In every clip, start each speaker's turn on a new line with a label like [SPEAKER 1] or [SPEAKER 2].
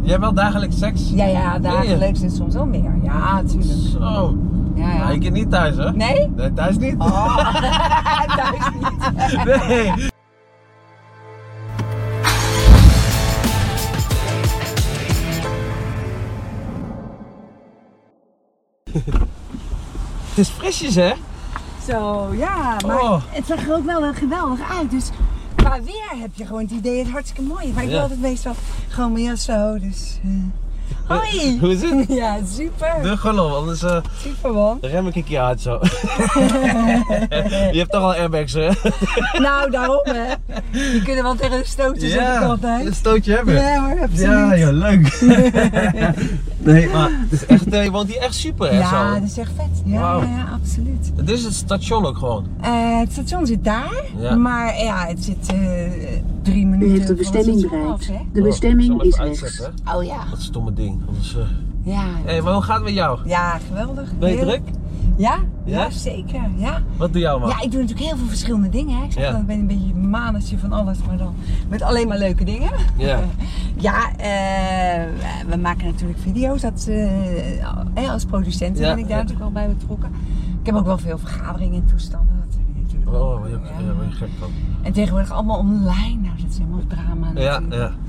[SPEAKER 1] Jij hebt wel dagelijks seks?
[SPEAKER 2] Ja, ja, dagelijks en soms wel meer. Ja, natuurlijk.
[SPEAKER 1] Zo.
[SPEAKER 2] Ja, ja.
[SPEAKER 1] Nou, ik niet thuis, hè?
[SPEAKER 2] Nee?
[SPEAKER 1] Nee, thuis niet.
[SPEAKER 2] Oh, thuis niet.
[SPEAKER 1] Nee. Het is frisjes, hè?
[SPEAKER 2] Zo, ja, maar
[SPEAKER 1] Oh.
[SPEAKER 2] het zag er ook wel eh, geweldig uit. Dus qua weer heb je gewoon het idee dat het hartstikke mooi is. Maar ik
[SPEAKER 1] Ja.
[SPEAKER 2] wil altijd meestal gewoon mijn jas zo, dus... eh. Hoi!
[SPEAKER 1] Hoe is het?
[SPEAKER 2] Ja, super.
[SPEAKER 1] Doe gewoon op, anders eh,
[SPEAKER 2] Super man.
[SPEAKER 1] rem ik een keer hard zo. Je hebt toch al airbags, hè?
[SPEAKER 2] Nou, daarom hè. Die kunnen wel tegen de dus stootjes zeggen altijd.
[SPEAKER 1] een stootje hebben.
[SPEAKER 2] Ja hoor, absoluut.
[SPEAKER 1] Ja, joh, leuk. nee, maar het is echt, eh, je woont hier echt super, hè?
[SPEAKER 2] Ja,
[SPEAKER 1] zo.
[SPEAKER 2] dat is echt vet. Ja,
[SPEAKER 1] Wauw.
[SPEAKER 2] ja, ja, absoluut.
[SPEAKER 1] Dit is het station ook gewoon.
[SPEAKER 2] Eh, het station zit daar,
[SPEAKER 1] Ja.
[SPEAKER 2] maar ja, het zit eh, drie minuten
[SPEAKER 3] U heeft de
[SPEAKER 2] van het
[SPEAKER 3] bestemming
[SPEAKER 2] station
[SPEAKER 3] bereikt.
[SPEAKER 2] af,
[SPEAKER 3] De
[SPEAKER 1] Oh, ik zal
[SPEAKER 3] bestemming
[SPEAKER 1] hem
[SPEAKER 3] is
[SPEAKER 1] even
[SPEAKER 3] rechts.
[SPEAKER 1] uitzetten, hè.
[SPEAKER 2] hè? Oh ja.
[SPEAKER 1] Dat stomme ding. Anders, eh,
[SPEAKER 2] Ja,
[SPEAKER 1] Hé, maar hoe gaat het met jou?
[SPEAKER 2] ja geweldig.
[SPEAKER 1] Ben je
[SPEAKER 2] Heel-
[SPEAKER 1] druk?
[SPEAKER 2] Ja,
[SPEAKER 1] Ja?
[SPEAKER 2] ja? zeker. Ja.
[SPEAKER 1] Wat doe jou, man?
[SPEAKER 2] ja, ik doe natuurlijk heel veel verschillende dingen. Hè. Ik zeg
[SPEAKER 1] Ja.
[SPEAKER 2] wel, ik ben een beetje een manetje van alles, maar dan met alleen maar leuke dingen.
[SPEAKER 1] Ja.
[SPEAKER 2] Ja, eh, we maken natuurlijk video's. Dat, eh, hè, als producent
[SPEAKER 1] Ja,
[SPEAKER 2] ben ik daar
[SPEAKER 1] ja.
[SPEAKER 2] natuurlijk wel bij betrokken. Ik heb ook wel veel vergaderingen en toestanden. Dat heb je natuurlijk
[SPEAKER 1] Oh,
[SPEAKER 2] ook.
[SPEAKER 1] wat je, ja,
[SPEAKER 2] Ja.
[SPEAKER 1] wat je gek van.
[SPEAKER 2] En tegenwoordig allemaal online. Nou, dat is helemaal drama
[SPEAKER 1] Ja,
[SPEAKER 2] natuurlijk.
[SPEAKER 1] ja.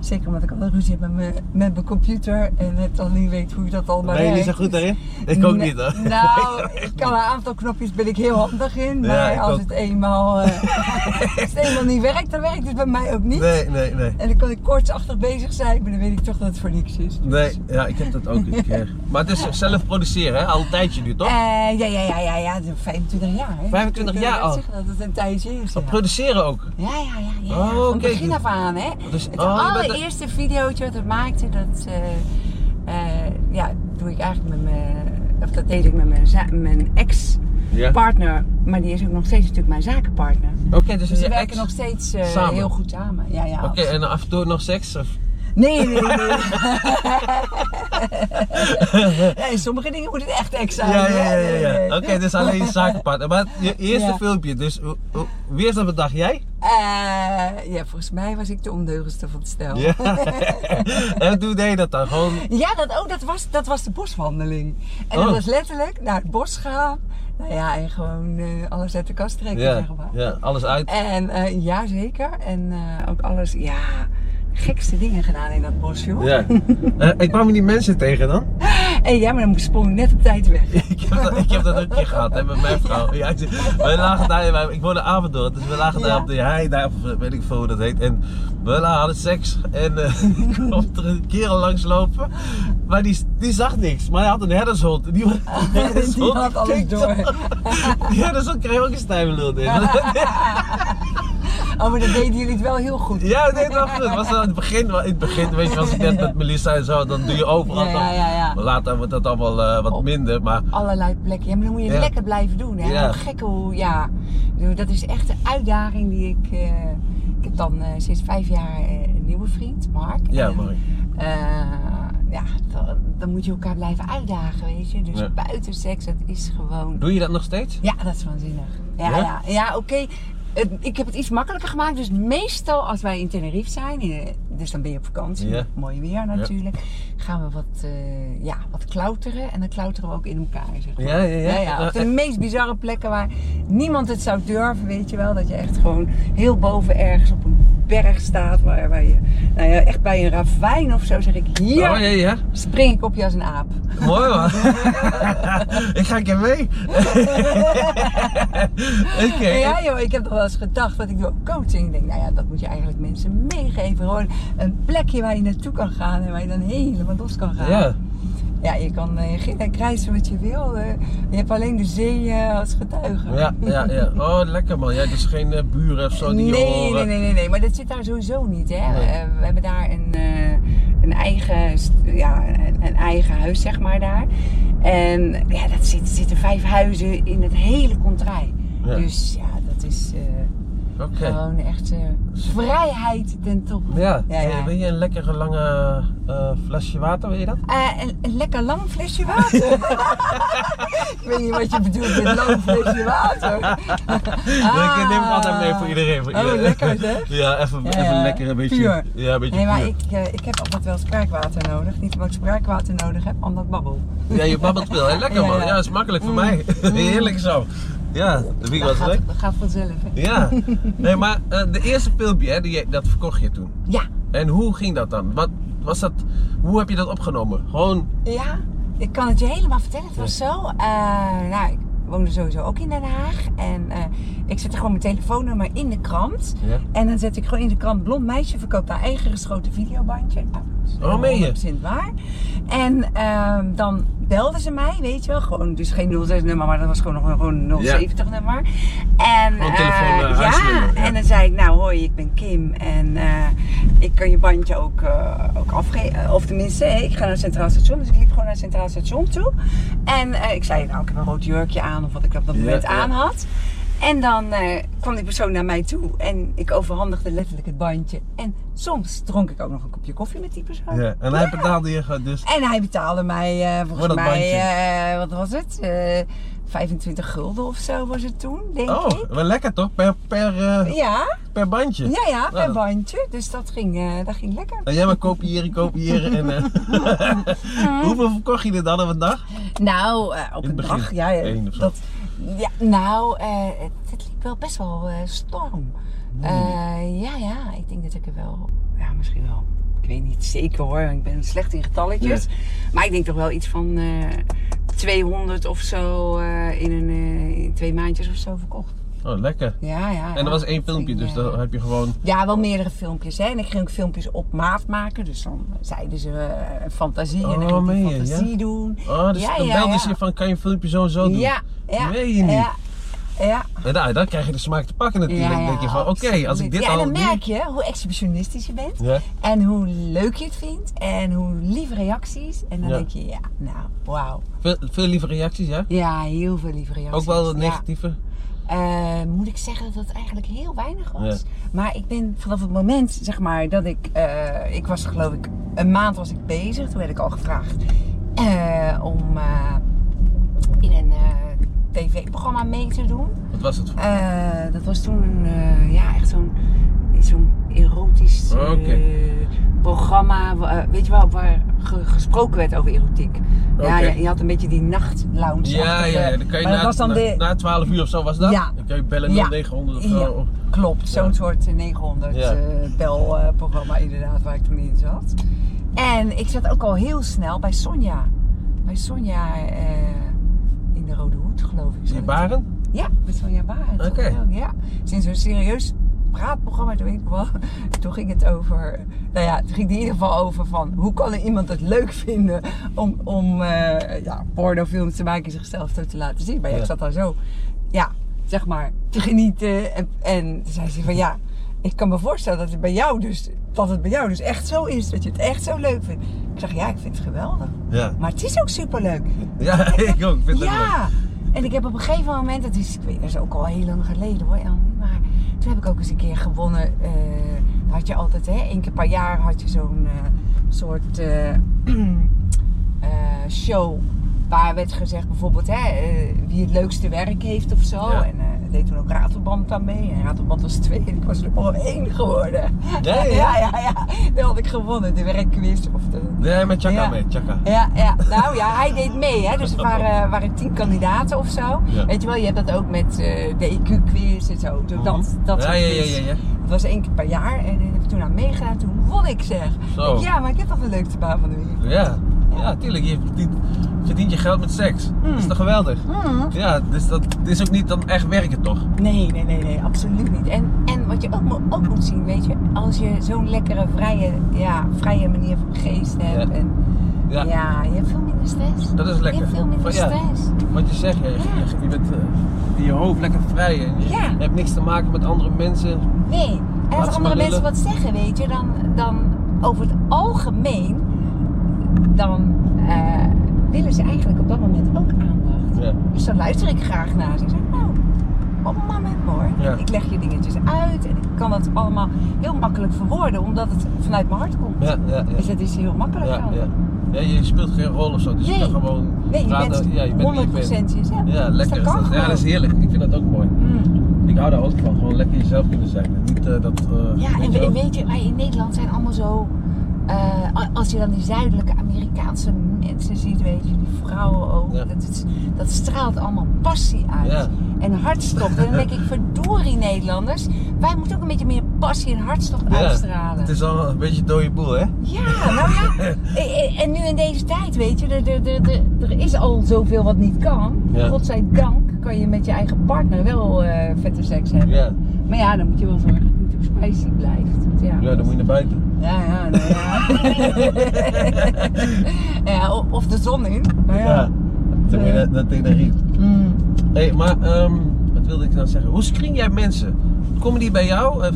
[SPEAKER 2] Zeker omdat ik altijd ruzie heb met mijn, met mijn computer en net al niet weet hoe je dat allemaal
[SPEAKER 1] Ben je niet zo
[SPEAKER 2] werkt.
[SPEAKER 1] goed daarin? Ik ook
[SPEAKER 2] Nee,
[SPEAKER 1] niet, hoor.
[SPEAKER 2] Nou, ik kan een aantal knopjes ben ik heel handig in,
[SPEAKER 1] Ja,
[SPEAKER 2] maar
[SPEAKER 1] ik
[SPEAKER 2] als,
[SPEAKER 1] ook.
[SPEAKER 2] het eenmaal, eh, als het eenmaal niet werkt, dan werkt het bij mij ook niet.
[SPEAKER 1] Nee, nee, nee.
[SPEAKER 2] En dan kan ik kortsachtig bezig zijn, maar dan weet ik toch dat het voor niks is. Eh,
[SPEAKER 1] Nee, ja, ik heb dat ook een keer. Maar het is zelf produceren, hè? Al een tijdje nu, toch?
[SPEAKER 2] Eh, ja, ja, ja, ja, ja, 25 jaar. Hè?
[SPEAKER 1] 25 jaar al.
[SPEAKER 2] Ik zeggen dat het een tijdje is. Ja,
[SPEAKER 1] Produceren ook.
[SPEAKER 2] ja, ja. ja, ja, ja.
[SPEAKER 1] Oh,
[SPEAKER 2] Van
[SPEAKER 1] oké.
[SPEAKER 2] begin af aan, hè.
[SPEAKER 1] Dus-
[SPEAKER 2] het
[SPEAKER 1] oh, je bent de-
[SPEAKER 2] allereerste videootje wat ik maakte, dat, eh, eh, ja, doe ik eigenlijk met mijn, of dat deed ik met mijn, za- mijn ex
[SPEAKER 1] Ja.
[SPEAKER 2] partner, maar die is ook nog steeds natuurlijk mijn zakenpartner.
[SPEAKER 1] Oké, dus,
[SPEAKER 2] Dus
[SPEAKER 1] is
[SPEAKER 2] we
[SPEAKER 1] je
[SPEAKER 2] werken
[SPEAKER 1] ex.
[SPEAKER 2] nog steeds eh,
[SPEAKER 1] samen?
[SPEAKER 2] heel goed samen. Ja, ja.
[SPEAKER 1] Oké,
[SPEAKER 2] absoluut.
[SPEAKER 1] en af en toe nog seks? Of?
[SPEAKER 2] Nee, nee, nee. nee. Sommige dingen moet het echt ex zijn.
[SPEAKER 1] Ja, ja, ja,
[SPEAKER 2] hè?
[SPEAKER 1] ja.
[SPEAKER 2] Nee, nee.
[SPEAKER 1] ja. Oké, dus alleen zakenpartner. Maar je eerste
[SPEAKER 2] Ja.
[SPEAKER 1] filmpje, dus hoe- hoe- wie is dat bedacht? Jij?
[SPEAKER 2] Eh, ja, volgens mij was ik de ondeugendste van het stel.
[SPEAKER 1] Ja. en toen deed je dat dan? Gewoon
[SPEAKER 2] Ja, dat, oh, dat, was, dat was de boswandeling. En
[SPEAKER 1] Oh.
[SPEAKER 2] dat was letterlijk naar het bos gaan. Nou ja, en gewoon eh, alles uit de kast trekken,
[SPEAKER 1] ja,
[SPEAKER 2] zeg maar.
[SPEAKER 1] ja, alles uit.
[SPEAKER 2] En eh ja, zeker. En eh, ook alles, ja, gekste dingen gedaan in dat bos, joh.
[SPEAKER 1] Ja. Eh, ik kwam die mensen tegen dan.
[SPEAKER 2] En ja, maar dan sprong ik net op tijd weg.
[SPEAKER 1] Ik heb, dat, ik heb dat ook een keer gehad hè, met mijn vrouw. Ja, ik, wij lagen daar, wij- ik woonde Apeldoorn, dus we lagen daar
[SPEAKER 2] Ja.
[SPEAKER 1] op de hei, daar, of eh, weet ik veel hoe dat heet. En we la- hadden seks en eh komt er een kerel langs lopen, maar die, die zag niks. Maar hij had een herdershond. Die, die,
[SPEAKER 2] Die had alles
[SPEAKER 1] keek zo-
[SPEAKER 2] door.
[SPEAKER 1] Die herdershond kreeg ook een stijve lul in.
[SPEAKER 2] Oh, maar dat deden jullie het wel heel goed.
[SPEAKER 1] Ja, nee, dat was goed. Was dat in het begin, in het begin weet je, was ik net met Melissa en zo, dan doe je overal.
[SPEAKER 2] Ja,
[SPEAKER 1] nog-
[SPEAKER 2] ja, ja, ja.
[SPEAKER 1] Maar Later wordt dat allemaal eh, wat
[SPEAKER 2] Op-
[SPEAKER 1] minder, maar
[SPEAKER 2] Allerlei plekken. Ja, maar dan moet je het
[SPEAKER 1] Ja.
[SPEAKER 2] lekker blijven doen. Hè?
[SPEAKER 1] Ja.
[SPEAKER 2] Hoe gek hoe, ja. Ik bedoel, Dat is echt de uitdaging die ik... eh, ik heb dan eh, sinds vijf jaar eh, een nieuwe vriend, Mark.
[SPEAKER 1] ja,
[SPEAKER 2] En,
[SPEAKER 1] mooi.
[SPEAKER 2] eh, ja, dan, dan moet je elkaar blijven uitdagen, weet je. Dus
[SPEAKER 1] Ja.
[SPEAKER 2] buiten seks, dat is gewoon...
[SPEAKER 1] Doe je dat nog steeds?
[SPEAKER 2] Ja, dat is waanzinnig. Ja,
[SPEAKER 1] Ja?
[SPEAKER 2] ja? ja, oké. Het- Ik heb het iets makkelijker gemaakt. Dus meestal als wij in Tenerife zijn, eh, dus dan ben je op vakantie,
[SPEAKER 1] Ja.
[SPEAKER 2] mooi weer natuurlijk, gaan we wat, eh, ja, wat klauteren. En dan klauteren we ook in elkaar, zeg maar.
[SPEAKER 1] Ja, ja, ja.
[SPEAKER 2] Ja, ja, op de meest bizarre plekken waar niemand het zou durven, weet je wel. Dat je echt gewoon heel boven ergens op een berg staat, waar, waar je, nou ja, echt bij een ravijn of zo zeg ik, hier
[SPEAKER 1] Oh, ja, ja.
[SPEAKER 2] spring ik op je als een aap.
[SPEAKER 1] Mooi man. ik ga een keer mee. Oké.
[SPEAKER 2] Ja joh, ik heb nog wel eens gedacht dat ik doe ook coaching. Ik denk, nou ja, dat moet je eigenlijk mensen meegeven. Gewoon een plekje waar je naartoe kan gaan en waar je dan helemaal los kan gaan.
[SPEAKER 1] Ja.
[SPEAKER 2] Ja, je kan eh, gillen en krijsen wat je wil. eh, je hebt alleen de zee eh, als getuige.
[SPEAKER 1] Ja, ja, ja. Oh, lekker man. Jij dus geen eh, buren of zo die
[SPEAKER 2] nee,
[SPEAKER 1] je
[SPEAKER 2] nee,
[SPEAKER 1] horen.
[SPEAKER 2] nee, nee, nee, maar dat zit daar sowieso niet. Hè?
[SPEAKER 1] Nee.
[SPEAKER 2] Eh, we hebben daar een, eh, een, eigen, st- ja, een, een eigen huis, zeg maar, daar. En ja, dat zit, zitten vijf huizen in het hele contrai.
[SPEAKER 1] Ja.
[SPEAKER 2] Dus ja, dat is... eh,
[SPEAKER 1] Oké.
[SPEAKER 2] Gewoon echt eh, vrijheid ten top.
[SPEAKER 1] Ja,
[SPEAKER 2] Ja, ja.
[SPEAKER 1] wil je een lekkere lange eh, flesje water, wil je dat?
[SPEAKER 2] Eh, een, een lekker lang flesje water. ik weet niet wat je bedoelt met lang flesje water.
[SPEAKER 1] Nee, Ik neem het altijd mee voor
[SPEAKER 2] Ah.
[SPEAKER 1] iedereen. Voor
[SPEAKER 2] Oh,
[SPEAKER 1] iedereen.
[SPEAKER 2] lekker, hè?
[SPEAKER 1] Ja, even,
[SPEAKER 2] Ja,
[SPEAKER 1] even
[SPEAKER 2] ja.
[SPEAKER 1] lekker een beetje.
[SPEAKER 2] Puur.
[SPEAKER 1] Ja, een beetje
[SPEAKER 2] Nee, maar
[SPEAKER 1] puur.
[SPEAKER 2] ik, eh, ik heb altijd wel spraakwater nodig. Niet omdat ik spraakwater nodig heb, maar omdat ik babbel.
[SPEAKER 1] Ja, je babbelt wel. hè? Lekker
[SPEAKER 2] Ja,
[SPEAKER 1] man.
[SPEAKER 2] ja. Mm.
[SPEAKER 1] Ja, is makkelijk voor mij. Heerlijk zo. Ja, de week
[SPEAKER 2] dat,
[SPEAKER 1] was leuk.
[SPEAKER 2] gaat, dat gaat vanzelf, hè?
[SPEAKER 1] Ja. Nee, maar eh, de eerste filmpje, hè, die, je- dat verkocht je toen.
[SPEAKER 2] Ja.
[SPEAKER 1] En hoe ging dat dan? Wat was dat? Hoe heb je dat opgenomen? Gewoon,
[SPEAKER 2] Ja, ik kan het je helemaal vertellen. Het was zo. eh, nou, ik woonde sowieso ook in Den Haag. En eh, ik zette gewoon mijn telefoonnummer in de krant.
[SPEAKER 1] Ja.
[SPEAKER 2] En dan zet ik gewoon in de krant: Blond meisje verkoopt haar eigen geschoten videobandje. Nou, dat is
[SPEAKER 1] Oh, meen je?
[SPEAKER 2] 100% waar. En ehm, dan belden ze mij, weet je wel. Gewoon, dus geen 06 nummer, maar dat was gewoon nog een- gewoon een 070 nummer. En,
[SPEAKER 1] Gewoon telefoon,
[SPEAKER 2] eh,
[SPEAKER 1] eh, huisnummer, ja.
[SPEAKER 2] ja, en dan zei ik, nou hoi, ik ben Kim en eh, ik kan je bandje ook, eh, ook afgeven. Of tenminste, hè, ik ga naar het Centraal Station. Dus ik liep gewoon naar het Centraal Station toe. En eh, ik zei, nou ik heb een rood jurkje aan of wat ik op dat
[SPEAKER 1] Ja,
[SPEAKER 2] moment
[SPEAKER 1] ja.
[SPEAKER 2] aan had. En dan eh, kwam die persoon naar mij toe en ik overhandigde letterlijk het bandje. En soms dronk ik ook nog een kopje koffie met die persoon.
[SPEAKER 1] ja. En hij betaalde je gewoon dus.
[SPEAKER 2] En hij betaalde mij eh,
[SPEAKER 1] Voor
[SPEAKER 2] volgens
[SPEAKER 1] dat
[SPEAKER 2] mij,
[SPEAKER 1] bandje.
[SPEAKER 2] eh, wat was het? Eh, 25 gulden of zo was het toen, denk
[SPEAKER 1] Oh,
[SPEAKER 2] ik.
[SPEAKER 1] wel lekker toch? Per, per, eh,
[SPEAKER 2] Ja.
[SPEAKER 1] per bandje.
[SPEAKER 2] Ja, ja, per
[SPEAKER 1] Nou, dat-
[SPEAKER 2] bandje. Dus dat ging, eh, dat ging lekker.
[SPEAKER 1] En jij maar kopiëren, kopiëren en... eh, Hoeveel verkocht je er dan op een dag?
[SPEAKER 2] Nou, eh, op
[SPEAKER 1] In het
[SPEAKER 2] een
[SPEAKER 1] begin
[SPEAKER 2] dag, ja. ja,
[SPEAKER 1] één of zo.
[SPEAKER 2] dat, ja nou, eh, het, het liep wel best wel eh, storm. Eh, ja, ja, ik denk dat ik er wel, ja, misschien wel. Ik weet niet zeker hoor, ik ben slecht in getalletjes. Maar ik denk toch wel iets van eh, 200 of zo eh, in, een, eh, in twee maandjes of zo verkocht.
[SPEAKER 1] Oh, lekker.
[SPEAKER 2] Ja, ja.
[SPEAKER 1] En
[SPEAKER 2] ja.
[SPEAKER 1] dat was één filmpje,
[SPEAKER 2] ging,
[SPEAKER 1] dus
[SPEAKER 2] eh,
[SPEAKER 1] dan heb je gewoon...
[SPEAKER 2] Ja, wel meerdere filmpjes. Hè? En ik ging ook filmpjes op maat maken. Dus dan zeiden ze eh, een fantasie. en dan
[SPEAKER 1] Oh,
[SPEAKER 2] ging ik
[SPEAKER 1] meen
[SPEAKER 2] een
[SPEAKER 1] je, ja?
[SPEAKER 2] fantasie doen.
[SPEAKER 1] Oh, dus
[SPEAKER 2] Ja,
[SPEAKER 1] dan
[SPEAKER 2] ja,
[SPEAKER 1] belden
[SPEAKER 2] ja.
[SPEAKER 1] ze je van, kan je een filmpje zo en zo doen?
[SPEAKER 2] Ja, ja.
[SPEAKER 1] Meen je niet?
[SPEAKER 2] Ja, ja.
[SPEAKER 1] En nou, dan krijg je de smaak te pakken natuurlijk.
[SPEAKER 2] ja,
[SPEAKER 1] Dan denk je van, oké, als ik
[SPEAKER 2] absoluut.
[SPEAKER 1] dit
[SPEAKER 2] ja,
[SPEAKER 1] al
[SPEAKER 2] en dan
[SPEAKER 1] doe-
[SPEAKER 2] merk je hoe exhibitionistisch je bent.
[SPEAKER 1] Ja.
[SPEAKER 2] En hoe leuk je het vindt. En hoe lieve reacties. En dan
[SPEAKER 1] Ja.
[SPEAKER 2] denk je, ja, nou, wauw.
[SPEAKER 1] Veel, veel lieve reacties, ja?
[SPEAKER 2] Ja, heel veel lieve reacties.
[SPEAKER 1] Ook wel
[SPEAKER 2] Ja.
[SPEAKER 1] negatieve?
[SPEAKER 2] Eh, moet ik zeggen dat het eigenlijk heel weinig was.
[SPEAKER 1] Ja.
[SPEAKER 2] Maar ik ben vanaf het moment, zeg maar, dat ik... eh, ik was geloof ik... Een maand was ik bezig. Toen werd ik al gevraagd eh, om eh, in een eh, tv-programma mee te doen.
[SPEAKER 1] Wat was het? voor-
[SPEAKER 2] Eh, dat was toen een, eh, ja, echt zo'n zo'n erotisch eh,
[SPEAKER 1] Oh, Oké.
[SPEAKER 2] programma. wa- eh, weet je wel, waar ge- gesproken werd over erotiek. Ja,
[SPEAKER 1] Oké.
[SPEAKER 2] je, je had een beetje die nachtlounge.
[SPEAKER 1] ja, ja, ja. Dan kan je
[SPEAKER 2] eh, maar
[SPEAKER 1] na,
[SPEAKER 2] dat was dan
[SPEAKER 1] na,
[SPEAKER 2] weer-
[SPEAKER 1] na 12 uur of zo was dat?
[SPEAKER 2] Ja.
[SPEAKER 1] Dan kan je bellen
[SPEAKER 2] Ja.
[SPEAKER 1] 0900 of
[SPEAKER 2] Ja.
[SPEAKER 1] zo. Of-
[SPEAKER 2] Klopt, zo'n soort eh, 900
[SPEAKER 1] Ja.
[SPEAKER 2] eh, bel eh, programma inderdaad, waar ik toen in zat. En ik zat ook al heel snel bij Sonja. Bij Sonja eh, in de Rode Hoed, geloof ik. zat
[SPEAKER 1] Die
[SPEAKER 2] ik.
[SPEAKER 1] baren?
[SPEAKER 2] Ja, met Sonja Barend. Oh,
[SPEAKER 1] Oké.
[SPEAKER 2] Ja. Sinds een serieus praatprogramma toen, ik kwam, toen ging het over... Nou ja, het ging in ieder geval over van... Hoe kan er iemand het leuk vinden om, om eh ja, pornofilms te maken en zichzelf zo te laten zien? Maar ja,
[SPEAKER 1] Ja.
[SPEAKER 2] ik zat daar zo, ja, zeg maar, te genieten. En, en toen zei ze van ja... Ik kan me voorstellen dat het, bij jou dus, dat het bij jou dus echt zo is. Dat je het echt zo leuk vindt. Ik zeg, ja, ik vind het geweldig.
[SPEAKER 1] Ja.
[SPEAKER 2] Maar het is ook superleuk
[SPEAKER 1] Ja, ik ook. Ik vind dat leuk.
[SPEAKER 2] ja, en ik heb op een gegeven moment, dat is, ik weet, dat is ook al heel lang geleden hoor, Elmi, maar toen heb ik ook eens een keer gewonnen. eh, had je altijd, hè, één keer per jaar had je zo'n eh, soort eh, eh, show waar werd gezegd bijvoorbeeld hè, eh, wie het leukste werk heeft of zo.
[SPEAKER 1] Ja.
[SPEAKER 2] En eh deed toen ook Ratelband aan mee. En Ratelband was twee en ik was er al één geworden.
[SPEAKER 1] Ja, ja.
[SPEAKER 2] ja, ja, ja. Dan had ik gewonnen, de werkquiz of de...
[SPEAKER 1] Nee, met Chaka
[SPEAKER 2] Ja.
[SPEAKER 1] mee. Chaka.
[SPEAKER 2] Ja, ja, nou ja, hij deed mee, hè? dus er waren, waren tien kandidaten of zo.
[SPEAKER 1] Ja. Mhm.
[SPEAKER 2] Weet je wel, je hebt dat ook met eh, de EQ-quiz en zo. Zo Dat,
[SPEAKER 1] ja,
[SPEAKER 2] dat soort
[SPEAKER 1] ja, ja,
[SPEAKER 2] quiz.
[SPEAKER 1] ja, ja.
[SPEAKER 2] Dat was één keer per jaar en ik heb ik toen aan meegedaan, toen won ik zeg.
[SPEAKER 1] Zo.
[SPEAKER 2] Ik, ja, maar ik heb toch de leukste baan van de wereld.
[SPEAKER 1] Ja, ja tuurlijk. Je verdient, verdient je geld met seks.
[SPEAKER 2] Hmm.
[SPEAKER 1] Dat is toch geweldig? Ja, dus dat is ook niet dan echt werken, toch?
[SPEAKER 2] Nee, nee, nee, nee, absoluut niet. En, en wat je ook, mo- ook moet zien, weet je, als je zo'n lekkere, vrije, ja, vrije manier van geest hebt.
[SPEAKER 1] Ja.
[SPEAKER 2] En,
[SPEAKER 1] Ja.
[SPEAKER 2] ja. je hebt veel minder stress.
[SPEAKER 1] Dat is lekker.
[SPEAKER 2] Je hebt veel minder
[SPEAKER 1] Van, ja.
[SPEAKER 2] stress.
[SPEAKER 1] Wat je zegt, hè, je, je bent eh, in je hoofd lekker vrij. En je
[SPEAKER 2] Ja.
[SPEAKER 1] hebt niks te maken met andere mensen.
[SPEAKER 2] Nee, en
[SPEAKER 1] Laat
[SPEAKER 2] als
[SPEAKER 1] ze
[SPEAKER 2] andere
[SPEAKER 1] maar lullen.
[SPEAKER 2] mensen wat zeggen, weet je, dan, dan over het algemeen, dan eh, willen ze eigenlijk op dat moment ook aandacht.
[SPEAKER 1] Ja.
[SPEAKER 2] Dus dan luister ik graag naar ze. Ik zeg, nou, mama met me hoor.
[SPEAKER 1] Ja.
[SPEAKER 2] Ik leg je dingetjes uit en ik kan dat allemaal heel makkelijk verwoorden, omdat het vanuit mijn hart komt.
[SPEAKER 1] Ja, ja, ja.
[SPEAKER 2] Dus dat is heel makkelijk
[SPEAKER 1] Ja,
[SPEAKER 2] dan.
[SPEAKER 1] ja. Ja, je speelt geen rol of zo, dus je
[SPEAKER 2] Nee.
[SPEAKER 1] kan gewoon
[SPEAKER 2] Nee, je
[SPEAKER 1] praten.
[SPEAKER 2] bent,
[SPEAKER 1] ja, je bent wie je bent.
[SPEAKER 2] 100% jezelf.
[SPEAKER 1] Ja, lekker
[SPEAKER 2] Dus
[SPEAKER 1] is
[SPEAKER 2] dat kan
[SPEAKER 1] dat. Ja,
[SPEAKER 2] gewoon.
[SPEAKER 1] dat is heerlijk. Ik vind dat ook mooi.
[SPEAKER 2] Mm.
[SPEAKER 1] Ik hou daar ook van, gewoon lekker jezelf kunnen zijn. En niet eh, dat... eh,
[SPEAKER 2] Ja, en
[SPEAKER 1] weet je
[SPEAKER 2] we- en
[SPEAKER 1] wel.
[SPEAKER 2] weet je, wij in Nederland zijn allemaal zo. eh, a- als je dan die zuidelijke Amerikaanse mensen ziet, weet je, die vrouwen ook,
[SPEAKER 1] Ja.
[SPEAKER 2] dat, is, dat straalt allemaal passie uit.
[SPEAKER 1] Ja.
[SPEAKER 2] En hartstocht. En dan denk ik, verdorie Nederlanders, wij moeten ook een beetje meer passie en hartstocht
[SPEAKER 1] Ja,
[SPEAKER 2] uitstralen.
[SPEAKER 1] Het is al een beetje dode boel, hè?
[SPEAKER 2] Ja, nou ja. E- e- En nu in deze tijd, weet je, er, er, er, er- er is al zoveel wat niet kan.
[SPEAKER 1] Ja.
[SPEAKER 2] Godzijdank kan je met je eigen partner wel eh, vette seks hebben.
[SPEAKER 1] Ja.
[SPEAKER 2] Maar ja, dan moet je wel zorgen dat het niet too spicy blijft. Want Ja,
[SPEAKER 1] Ja, dan moet je naar buiten.
[SPEAKER 2] ja, ja, nou ja. ja o- of de zon in. Maar ja.
[SPEAKER 1] Dan moet je naar- naar Tenerife.
[SPEAKER 2] Mm.
[SPEAKER 1] Hé, hey, maar ehm, wat wilde ik nou zeggen? Hoe screen jij mensen? Komen die bij jou? Eh,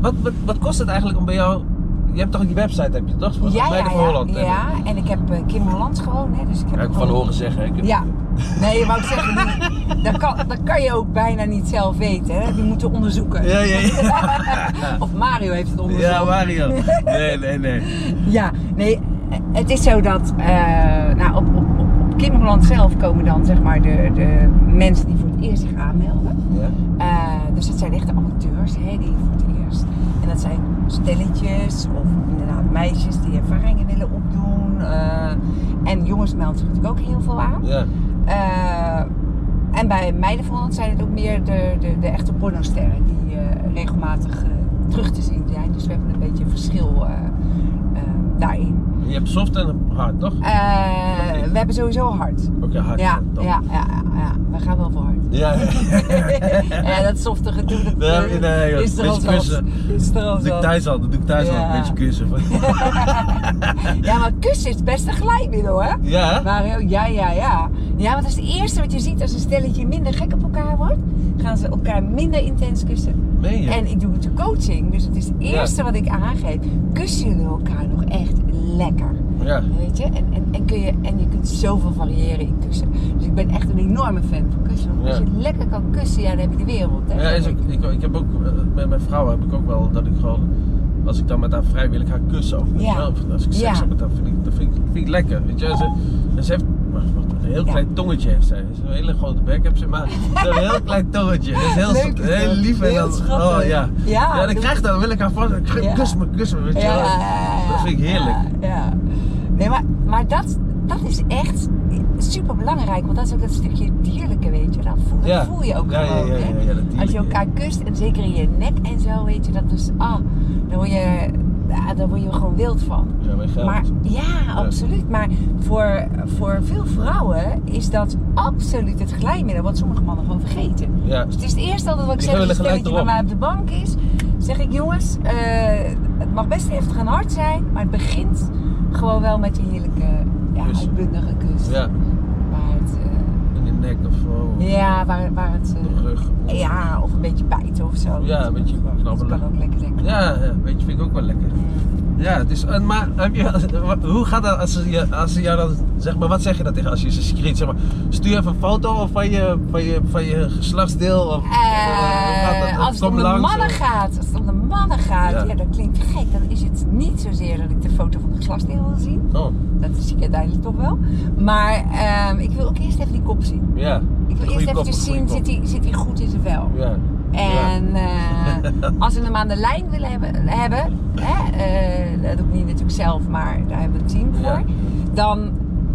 [SPEAKER 1] Wat, wat, wat kost het eigenlijk om bij jou... Je hebt toch die website, heb je toch? Van
[SPEAKER 2] Ja, ja,
[SPEAKER 1] Meiden van
[SPEAKER 2] ja,
[SPEAKER 1] Holland. heb je.
[SPEAKER 2] ja. En ik heb eh, Kim Holland gewoon, hè, dus ik heb
[SPEAKER 1] Heb ik
[SPEAKER 2] gewoon-
[SPEAKER 1] van horen zeggen. hè. Ik heb-
[SPEAKER 2] Ja. Nee, maar ik zeg, die- dat kan, dat kan je ook bijna niet zelf weten. Hè? Die moeten onderzoeken.
[SPEAKER 1] Ja, ja, ja.
[SPEAKER 2] Of Mario heeft het onderzocht.
[SPEAKER 1] Ja, Mario. Nee, nee, nee.
[SPEAKER 2] Ja, nee, het is zo dat eh, nou, op, op, op, op Kimberland zelf komen dan zeg maar de, de mensen die voor het eerst zich aanmelden.
[SPEAKER 1] Ja?
[SPEAKER 2] Eh, dus dat zijn echte amateurs hè, die voor het eerst. En dat zijn stelletjes of inderdaad meisjes die ervaringen willen opdoen. eh, en jongens melden zich natuurlijk ook heel veel aan.
[SPEAKER 1] Ja.
[SPEAKER 2] Eh, en bij meiden van Holland zijn het ook meer de, de, de echte pornosterren die eh, regelmatig eh, terug te zien zijn. Dus we hebben een beetje verschil eh, eh, daarin.
[SPEAKER 1] Je hebt soft en hard, toch?
[SPEAKER 2] Eh, we hebben sowieso hard.
[SPEAKER 1] Oké, hard.
[SPEAKER 2] Ja, ja,
[SPEAKER 1] dan.
[SPEAKER 2] ja, ja, ja. we gaan wel voor hard.
[SPEAKER 1] Ja,
[SPEAKER 2] ja, dat softe gedoe, dat
[SPEAKER 1] Nee, nee,
[SPEAKER 2] eh,
[SPEAKER 1] joh.
[SPEAKER 2] is er
[SPEAKER 1] Beetje
[SPEAKER 2] al zat.
[SPEAKER 1] kussen.
[SPEAKER 2] Is er al
[SPEAKER 1] dat doe ik
[SPEAKER 2] zat.
[SPEAKER 1] thuis al. Dat doe ik thuis al.
[SPEAKER 2] Ja.
[SPEAKER 1] Een beetje kussen.
[SPEAKER 2] Ja, maar kussen is best een glijmiddel, hè?
[SPEAKER 1] Ja, hè?
[SPEAKER 2] Mario, ja, ja, ja. Ja, want dat is het eerste wat je ziet als een stelletje minder gek op elkaar wordt. Gaan ze elkaar minder intens kussen.
[SPEAKER 1] Meen je?
[SPEAKER 2] En ik doe natuurlijk coaching, dus het is het eerste wat ik aangeef. Kussen jullie elkaar nog echt lekker.
[SPEAKER 1] Ja.
[SPEAKER 2] Weet je? En, en, en, kun je, en je kunt zoveel variëren in kussen. Dus ik ben echt een enorme fan van kussen. Want Als
[SPEAKER 1] Ja.
[SPEAKER 2] je lekker kan kussen, ja, dan heb je de wereld. Hè?
[SPEAKER 1] Ja, is ook, ik, ik heb ook, eh, met mijn vrouw heb ik ook wel dat ik gewoon, als ik dan met haar vrijwillig ga kussen of weet
[SPEAKER 2] Ja.
[SPEAKER 1] je wel, of als ik seks
[SPEAKER 2] Ja.
[SPEAKER 1] heb met haar, vind ik, dat vind ik, vind ik lekker, weet je. Ze, en ze heeft maar wat een heel
[SPEAKER 2] Ja.
[SPEAKER 1] klein tongetje heeft zij. Ze heeft een hele grote bek heeft ze, maar ze heeft een heel klein tongetje. Dat is heel,
[SPEAKER 2] Leuk
[SPEAKER 1] schat-
[SPEAKER 2] is dat.
[SPEAKER 1] heel lief en
[SPEAKER 2] Heel
[SPEAKER 1] dan,
[SPEAKER 2] schattig.
[SPEAKER 1] oh ja.
[SPEAKER 2] Ja,
[SPEAKER 1] dan
[SPEAKER 2] dat-
[SPEAKER 1] krijg ik dat, dan wil ik haar vast, ik
[SPEAKER 2] Ja.
[SPEAKER 1] kus me, kus me, weet je wel. Dat vind ik heerlijk.
[SPEAKER 2] Ja, ja. Nee, maar, maar dat, dat is echt super belangrijk. Want dat is ook dat stukje dierlijke, weet je. Dat voel,
[SPEAKER 1] Ja.
[SPEAKER 2] dat voel je ook
[SPEAKER 1] Ja, ja,
[SPEAKER 2] gewoon.
[SPEAKER 1] ja,
[SPEAKER 2] hè.
[SPEAKER 1] ja, ja, dat dierlijke,
[SPEAKER 2] Als je elkaar kust en zeker in je nek en zo, weet je. Dat is, ah, dan word je, ah, daar word je gewoon wild van.
[SPEAKER 1] Ja, maar geld.
[SPEAKER 2] Maar ja, absoluut. Maar voor, voor veel vrouwen is dat absoluut het glijmiddel wat sommige mannen gewoon vergeten.
[SPEAKER 1] Ja.
[SPEAKER 2] Dus het is het eerste altijd wat ik
[SPEAKER 1] Die
[SPEAKER 2] zeg als
[SPEAKER 1] geulen gelijk
[SPEAKER 2] een stelletje bij
[SPEAKER 1] erop.
[SPEAKER 2] mij op de bank is. Zeg ik, jongens, eh, het mag best heftig en hard zijn, maar het begint gewoon wel met die heerlijke, ja,
[SPEAKER 1] Kus.
[SPEAKER 2] uitbundige kus.
[SPEAKER 1] Ja,
[SPEAKER 2] Waar het, eh,
[SPEAKER 1] in de nek of zo, of
[SPEAKER 2] ja, waar, waar het, eh,
[SPEAKER 1] de rug.
[SPEAKER 2] ja, of een beetje bijten of zo.
[SPEAKER 1] Ja, een beetje
[SPEAKER 2] Dat
[SPEAKER 1] knabbelen.
[SPEAKER 2] kan ook lekker lekker.
[SPEAKER 1] Ja, ja, weet je, vind ik ook wel lekker. Ja, dus, en maar heb je, wat- hoe gaat dat als ze, je- als ze jou dan, zeg maar, wat zeg je dan tegen als je ze screent? Zeg maar, stuur even een foto of van, je, van, je, van je geslachtsdeel? Of,
[SPEAKER 2] Eh,
[SPEAKER 1] hoe gaat dat? Of
[SPEAKER 2] als het
[SPEAKER 1] kom
[SPEAKER 2] om de
[SPEAKER 1] langs,
[SPEAKER 2] mannen
[SPEAKER 1] of-
[SPEAKER 2] gaat, als het om de mannen gaat,
[SPEAKER 1] Ja.
[SPEAKER 2] ja. dat klinkt gek. Dan is het niet zozeer dat ik de foto van de glasdeel wil zien.
[SPEAKER 1] Oh,
[SPEAKER 2] Dat zie ik uiteindelijk toch wel. Maar ehm, ik wil ook eerst even die kop zien.
[SPEAKER 1] ja.
[SPEAKER 2] Ik wil eerst even zien, zit
[SPEAKER 1] hij...
[SPEAKER 2] hij zit die goed in zijn vel?
[SPEAKER 1] Ja.
[SPEAKER 2] En eh, als we hem aan de lijn willen hebben, hebben hè, eh, dat doe ik niet natuurlijk zelf, maar daar hebben we een team voor.
[SPEAKER 1] Ja.
[SPEAKER 2] Dan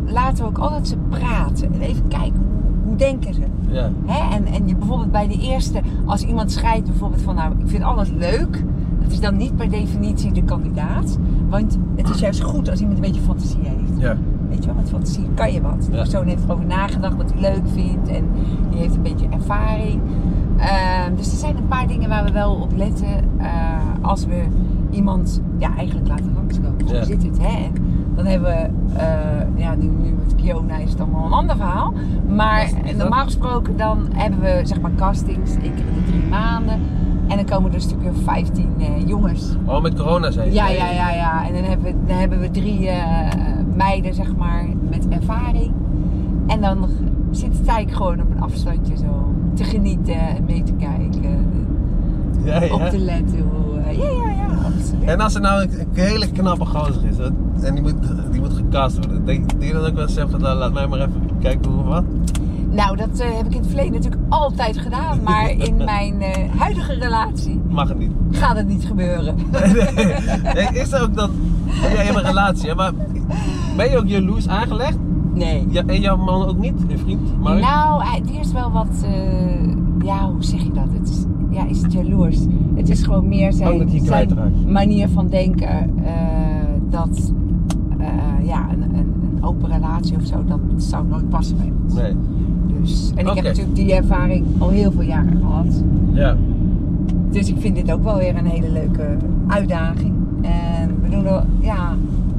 [SPEAKER 2] laten we ook altijd ze praten. En even kijken, hoe, hoe denken ze?
[SPEAKER 1] Ja, ja,
[SPEAKER 2] Hè? En, en je bijvoorbeeld bij de eerste, als iemand scheidt bijvoorbeeld van nou, ik vind alles leuk. Dat is dan niet per definitie de kandidaat. Want het is juist goed als iemand een beetje fantasie heeft.
[SPEAKER 1] ja.
[SPEAKER 2] Weet je wel, met fantasie kan je wat. De
[SPEAKER 1] Ja.
[SPEAKER 2] persoon heeft erover nagedacht wat hij leuk vindt. En die heeft een beetje ervaring. Ehm, dus er zijn een paar dingen waar we wel op letten. eh, als we iemand ja, eigenlijk laten langskomen. Hoe
[SPEAKER 1] Ja.
[SPEAKER 2] zit het, hè? En dan hebben we... eh, ja, nu, nu met Kiona is het allemaal een ander verhaal. Maar
[SPEAKER 1] Is- is dat-
[SPEAKER 2] normaal gesproken dan hebben we zeg maar castings. één keer in de drie maanden. En dan komen er een stukje 15 eh, jongens.
[SPEAKER 1] Oh, met corona zijn
[SPEAKER 2] Ja, ja, ja, ja. En dan hebben we, dan hebben we drie eh, meiden, zeg maar, met ervaring. En dan zit, sta ik gewoon op een afstandje zo te genieten en mee te kijken.
[SPEAKER 1] Ja,
[SPEAKER 2] Op
[SPEAKER 1] ja.
[SPEAKER 2] te letten. Hoe, eh, ja, ja, ja, absoluut.
[SPEAKER 1] En als er nou een, een hele knappe gozer is hè, en die moet, die moet gecast worden, denk denk je dan ook wel eens zegt van nou, laat mij maar even kijken hoe of wat?
[SPEAKER 2] Nou, dat eh, heb ik in het verleden natuurlijk altijd gedaan. Maar in mijn eh, huidige relatie
[SPEAKER 1] Mag het niet.
[SPEAKER 2] gaat het niet gebeuren.
[SPEAKER 1] Nee, is er ook dan. Jij hebt een relatie, hè, maar ben je ook jaloers aangelegd?
[SPEAKER 2] Nee.
[SPEAKER 1] Ja, en jouw man ook niet, je vriend? Mark?
[SPEAKER 2] Nou, hij- die is wel wat. eh, ja, hoe zeg je dat? Het is, ja, is het jaloers. Het is gewoon meer zijn,
[SPEAKER 1] dat hij
[SPEAKER 2] zijn
[SPEAKER 1] kwijtraakt.
[SPEAKER 2] manier van denken. eh, dat eh, ja, een, een, een open relatie of zo, dat zou nooit passen bij ons.
[SPEAKER 1] Nee.
[SPEAKER 2] Dus, en ik
[SPEAKER 1] Oké.
[SPEAKER 2] heb natuurlijk die ervaring al heel veel jaren gehad.
[SPEAKER 1] Ja.
[SPEAKER 2] Dus ik vind dit ook wel weer een hele leuke uitdaging. En we doen wel, ja,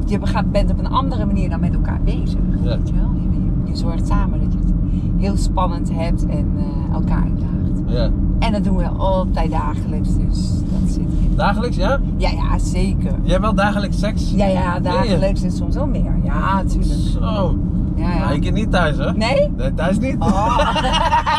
[SPEAKER 2] je gaat- bent op een andere manier dan met elkaar bezig.
[SPEAKER 1] Ja.
[SPEAKER 2] Weet je, wel? Je, je- je zorgt samen dat je het heel spannend hebt en eh, elkaar uitdaagt.
[SPEAKER 1] ja.
[SPEAKER 2] En dat doen we altijd dagelijks, dus dat zit in.
[SPEAKER 1] Dagelijks, ja?
[SPEAKER 2] Ja, ja, zeker.
[SPEAKER 1] Jij hebt wel dagelijks seks?
[SPEAKER 2] Ja, ja, dagelijks en soms wel meer. Ja, natuurlijk.
[SPEAKER 1] Zo.
[SPEAKER 2] Ja,
[SPEAKER 1] Nou,
[SPEAKER 2] ja.
[SPEAKER 1] ik heb niet thuis, hè?
[SPEAKER 2] Nee?
[SPEAKER 1] Nee, thuis niet.
[SPEAKER 2] Oh,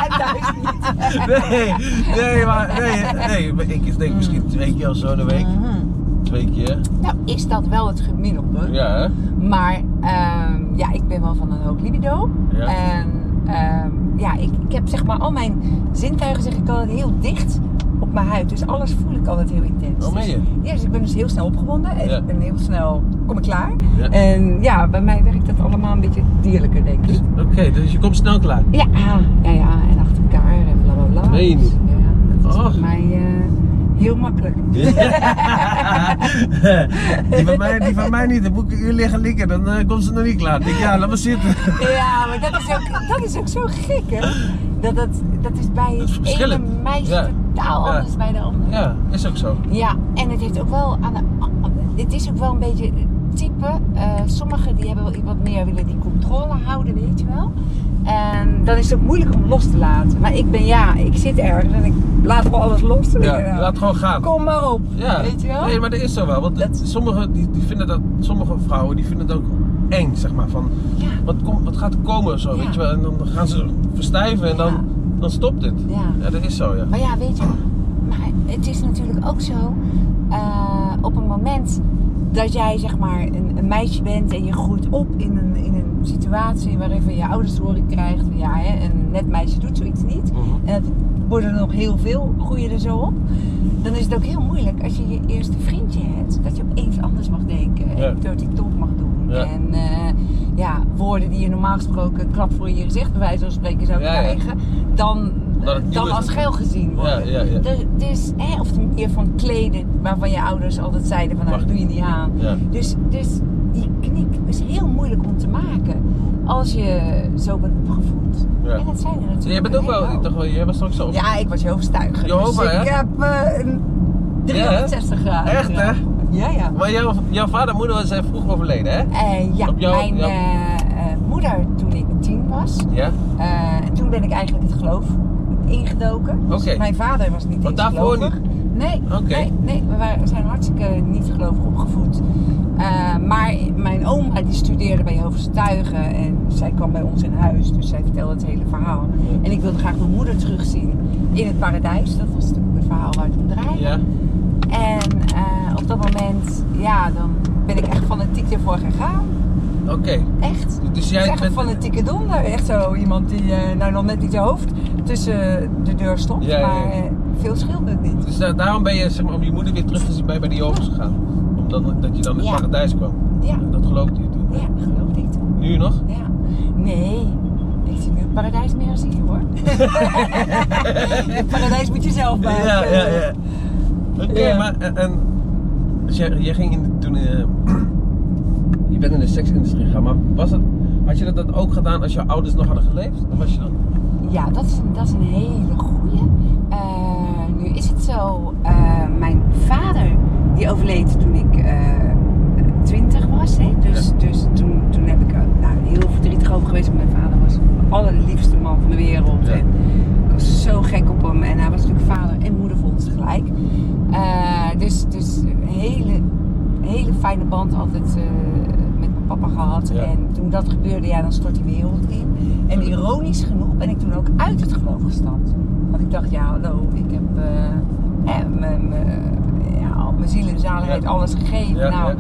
[SPEAKER 2] thuis niet.
[SPEAKER 1] Nee, nee, maar nee, nee. maar Ik denk
[SPEAKER 2] Mm.
[SPEAKER 1] misschien twee keer of zo in de week.
[SPEAKER 2] Mhm.
[SPEAKER 1] Twee keer.
[SPEAKER 2] Nou, is dat wel het gemiddelde?
[SPEAKER 1] Ja, hè?
[SPEAKER 2] Maar ehm, ja, ik ben wel van een hoog libido.
[SPEAKER 1] Ja.
[SPEAKER 2] En ehm, ja, ik, ik heb zeg maar al mijn zintuigen zeg ik altijd heel dicht op mijn huid. Dus alles voel ik altijd heel intens.
[SPEAKER 1] Oh, meen je?
[SPEAKER 2] Dus- ja, dus ik ben dus heel snel opgewonden en
[SPEAKER 1] Ja.
[SPEAKER 2] ik ben heel snel kom ik klaar.
[SPEAKER 1] Ja.
[SPEAKER 2] En ja, bij mij werkt dat allemaal een beetje dierlijker, denk ik.
[SPEAKER 1] Oké, dus je komt snel klaar.
[SPEAKER 2] Ja, ja, ja, en achter elkaar en bla bla bla.
[SPEAKER 1] Meen je niet?
[SPEAKER 2] Ja, dat is
[SPEAKER 1] Och.
[SPEAKER 2] voor mij eh, heel makkelijk.
[SPEAKER 1] die, van mij, die van mij niet. De boeken uur liggen likken, dan eh, komt ze nog niet klaar. Ik denk, ja, laat maar zitten.
[SPEAKER 2] Ja, maar dat is ook, dat is ook zo gek, hè? Dat, dat, dat is bij
[SPEAKER 1] Dat is
[SPEAKER 2] het ene
[SPEAKER 1] verschillend.
[SPEAKER 2] meisje
[SPEAKER 1] Ja.
[SPEAKER 2] totaal
[SPEAKER 1] Ja.
[SPEAKER 2] anders bij de andere.
[SPEAKER 1] Ja, is ook zo.
[SPEAKER 2] Ja, en het heeft ook wel aan de... Het is ook wel een beetje type. eh, sommigen die hebben wel wat meer willen die controle houden, weet je wel. En dan is het ook moeilijk om los te laten. Maar ik ben ja, ik zit ergens en ik laat wel alles los.
[SPEAKER 1] Ja, laat gewoon gaan.
[SPEAKER 2] Kom maar op,
[SPEAKER 1] Ja.
[SPEAKER 2] weet je wel.
[SPEAKER 1] Nee, maar dat is zo wel. Want
[SPEAKER 2] Dat-
[SPEAKER 1] sommige, die, die vinden dat, sommige vrouwen die vinden het ook eng, zeg maar. Van,
[SPEAKER 2] Ja,
[SPEAKER 1] wat, kom, wat gaat er komen zo,
[SPEAKER 2] Ja.
[SPEAKER 1] weet je wel. En dan gaan ze verstijven en dan, dan stopt het.
[SPEAKER 2] ja.
[SPEAKER 1] Ja, dat is zo, ja.
[SPEAKER 2] Maar ja, weet je, maar het is natuurlijk ook zo. eh, op een moment dat jij zeg maar een, een meisje bent en je groeit op in een, in een situatie waarin van je ouders te horen krijgt. van, Ja, hè, een net meisje doet zoiets niet.
[SPEAKER 1] Mhm.
[SPEAKER 2] En dat worden er nog heel veel, groeien er zo op. Dan is het ook heel moeilijk als je je eerste vriendje hebt, dat je opeens anders mag denken.
[SPEAKER 1] Ja.
[SPEAKER 2] En dirty talk mag doen.
[SPEAKER 1] Ja.
[SPEAKER 2] En eh, ja, woorden die je normaal gesproken een klap voor je gezicht bij wijze van spreken zou
[SPEAKER 1] Ja, ja.
[SPEAKER 2] krijgen. Dan,
[SPEAKER 1] Omdat het nieuw
[SPEAKER 2] dan
[SPEAKER 1] is
[SPEAKER 2] als
[SPEAKER 1] natuurlijk.
[SPEAKER 2] geil gezien
[SPEAKER 1] Ja,
[SPEAKER 2] worden.
[SPEAKER 1] ja, ja.
[SPEAKER 2] Dus, dus, hè, of de manier van kleden waarvan je ouders altijd zeiden van nou,
[SPEAKER 1] Mag
[SPEAKER 2] dat doe je niet aan.
[SPEAKER 1] Ja.
[SPEAKER 2] Dus, dus die knik is heel moeilijk om te maken als je zo bent opgevoed.
[SPEAKER 1] Ja.
[SPEAKER 2] En dat zijn er natuurlijk.
[SPEAKER 1] Je bent ook
[SPEAKER 2] een
[SPEAKER 1] wel,
[SPEAKER 2] heleboel.
[SPEAKER 1] toch wel, jij was toch ook zo?
[SPEAKER 2] Ja, ik was Jehovahstuiger.
[SPEAKER 1] Jehovah,
[SPEAKER 2] dus
[SPEAKER 1] hè?
[SPEAKER 2] ik heb eh, een 360 graden.
[SPEAKER 1] Echt, hè?
[SPEAKER 2] gedrag. Ja, ja.
[SPEAKER 1] Maar jouw, jouw vader en moeder zijn vroeg overleden, hè?
[SPEAKER 2] Eh, ja,
[SPEAKER 1] Op jou-
[SPEAKER 2] mijn
[SPEAKER 1] ja.
[SPEAKER 2] eh, eh, moeder toen ik tien was.
[SPEAKER 1] Ja.
[SPEAKER 2] Eh, en toen ben ik eigenlijk het geloof ingedoken. Dus
[SPEAKER 1] Oké.
[SPEAKER 2] Mijn vader was niet
[SPEAKER 1] Maar
[SPEAKER 2] eens
[SPEAKER 1] daarvoor
[SPEAKER 2] gelovig. Nee,
[SPEAKER 1] Oké.
[SPEAKER 2] nee, nee, we waren- zijn hartstikke niet gelovig opgevoed. Eh, maar mijn oma die studeerde bij Jehovah's Tuigen en zij kwam bij ons in huis, dus zij vertelde het hele verhaal.
[SPEAKER 1] Ja.
[SPEAKER 2] En ik wilde graag mijn moeder terugzien in het paradijs, dat was natuurlijk het verhaal waar het om draaide.
[SPEAKER 1] Ja.
[SPEAKER 2] En eh, op dat moment, ja, dan ben ik echt fanatiek ervoor gegaan.
[SPEAKER 1] Oké.
[SPEAKER 2] Echt.
[SPEAKER 1] Dus
[SPEAKER 2] Jij
[SPEAKER 1] jij
[SPEAKER 2] echt
[SPEAKER 1] bent...
[SPEAKER 2] van een dikke donder. Echt zo iemand die eh, nou nog net niet zijn hoofd tussen de deur stopt.
[SPEAKER 1] Ja, ja, ja.
[SPEAKER 2] Maar eh, veel scheelt het niet.
[SPEAKER 1] Dus da- daarom ben je, zeg maar, om je moeder weer terug te zien bij, bij die jovens gegaan. Omdat dat je dan in het
[SPEAKER 2] Ja.
[SPEAKER 1] paradijs kwam.
[SPEAKER 2] Ja,
[SPEAKER 1] Dat geloofde je toen.
[SPEAKER 2] ja geloof ik toen.
[SPEAKER 1] Nu nog?
[SPEAKER 2] Ja. Nee, ik zie nu het paradijs meer als hier hoor. het paradijs moet je zelf maken.
[SPEAKER 1] Ja, ja, ja. Oké,
[SPEAKER 2] Ja.
[SPEAKER 1] maar en, en dus jij, jij ging in de- toen eh, je bent in de seksindustrie gegaan, maar was het, had je dat, dat ook gedaan als je ouders nog hadden geleefd? Of was je dan?
[SPEAKER 2] Ja, dat is een, dat is een hele goeie. Eh, nu is het zo, eh, mijn vader die overleed toen ik eh, twintig was. Hè? Dus, dus toen, toen heb ik er nou, heel verdrietig over geweest. want Mijn vader was de allerliefste man van de wereld.
[SPEAKER 1] Ja.
[SPEAKER 2] En ik was zo gek op hem. En hij was natuurlijk vader en moeder voor ons tegelijk. Eh, dus, dus een hele, hele fijne band altijd eh, met mijn papa programma gehad.
[SPEAKER 1] Ja.
[SPEAKER 2] En toen dat gebeurde, ja, dan stort die wereld in. En ironisch genoeg ben ik toen ook uit het geloof gestapt. Want ik dacht, ja, hallo, ik heb eh, hè, mijn- mijn- ja, al mijn ziel en zaligheid,
[SPEAKER 1] Ja.
[SPEAKER 2] alles gegeven.
[SPEAKER 1] Ja,
[SPEAKER 2] nou,
[SPEAKER 1] ja.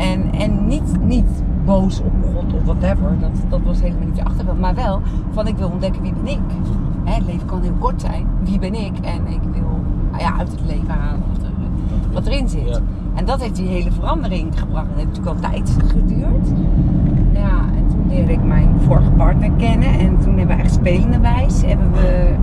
[SPEAKER 2] En, en niet, niet boos op God of whatever, dat, dat was helemaal niet de achtergrond. Maar wel van ik wil ontdekken wie ben ik. Hè, het leven kan heel kort zijn. Wie ben ik? En ik wil ah ja, uit het leven halen wat er, wat erin zit.
[SPEAKER 1] Ja.
[SPEAKER 2] En dat heeft die hele verandering gebracht. Het heeft natuurlijk al tijd geduurd. Ja, en toen leerde ik mijn vorige partner kennen. En toen hebben we echt spelende wijs. Hebben we,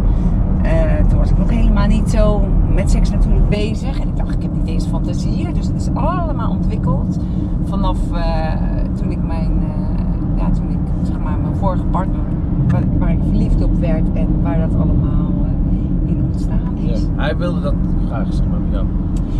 [SPEAKER 2] eh, toen was ik nog helemaal niet zo met seks natuurlijk bezig. En ik dacht, ik heb niet eens fantasieën. Dus het is allemaal ontwikkeld. Vanaf eh, toen ik mijn, eh, ja, toen ik zeg maar mijn vorige partner, waar, waar ik verliefd op werd en waar dat allemaal eh, in ontstaan is.
[SPEAKER 1] Ja. Hij wilde dat graag, zeg maar, met jou.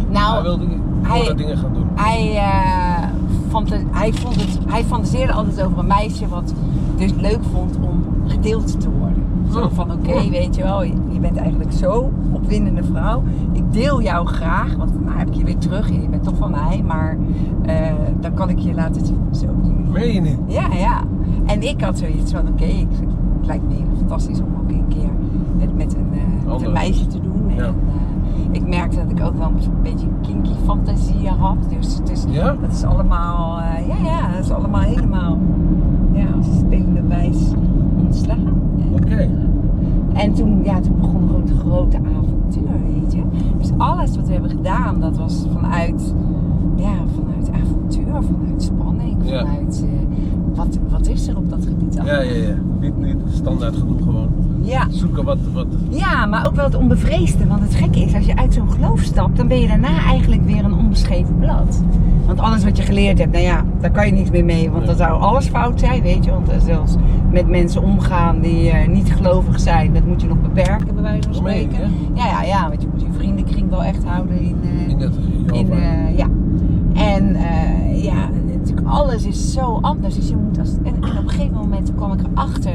[SPEAKER 2] Nou,
[SPEAKER 1] hij wilde niet
[SPEAKER 2] hij-
[SPEAKER 1] dat dingen gaan doen.
[SPEAKER 2] hij, eh, fanta- hij, vond het, hij fantaseerde altijd over een meisje wat dus leuk vond om gedeeld te worden. Zo
[SPEAKER 1] Oh.
[SPEAKER 2] van oké, weet je wel, je je bent eigenlijk zo opwindende vrouw. Ik deel jou graag, want daarna heb ik je weer terug. en Je bent toch van mij, maar eh, dan kan ik je laten zien. Zo op die manier.
[SPEAKER 1] Meen je niet?
[SPEAKER 2] Ja, ja. En ik had zoiets van, oké, ik- het lijkt me fantastisch om ook een keer met, met, een, eh, met
[SPEAKER 1] Andere.
[SPEAKER 2] een meisje te doen.
[SPEAKER 1] Ja.
[SPEAKER 2] En, eh, ik merkte dat ik ook wel een beetje kinky fantasieën had. Dus het is,
[SPEAKER 1] Ja?
[SPEAKER 2] dat is allemaal, eh, ja, ja, dat is allemaal helemaal ja, als spelende wijs ontslaan. En,
[SPEAKER 1] Oké.
[SPEAKER 2] en toen, ja, toen begon gewoon het grote avontuur, weet je. Dus alles wat we hebben gedaan, dat was vanuit, ja, vanuit avontuur, vanuit spanning,
[SPEAKER 1] Ja.
[SPEAKER 2] vanuit eh, wat, wat is er op dat gebied
[SPEAKER 1] Ja, ja, ja. Niet, niet standaard genoeg, gewoon
[SPEAKER 2] ja.
[SPEAKER 1] zoeken wat, wat
[SPEAKER 2] Ja, maar ook wel het onbevreesde. Want het gekke is, als je uit zo'n geloof stapt, dan ben je daarna eigenlijk weer een onbeschreven blad. Want alles wat je geleerd hebt, nou ja, daar kan je niet meer mee. Want dan zou alles fout zijn, weet je. Want eh, zelfs met mensen omgaan die eh, niet gelovig zijn, dat moet je nog beperken, bij wijze van
[SPEAKER 1] Meen je,
[SPEAKER 2] spreken. Ja, ja, ja, want je moet je vriendenkring wel echt houden in... eh,
[SPEAKER 1] in het
[SPEAKER 2] in, eh, ja. En eh, ja, natuurlijk alles is zo anders. Dus je moet als, en, en op een gegeven moment kwam ik erachter.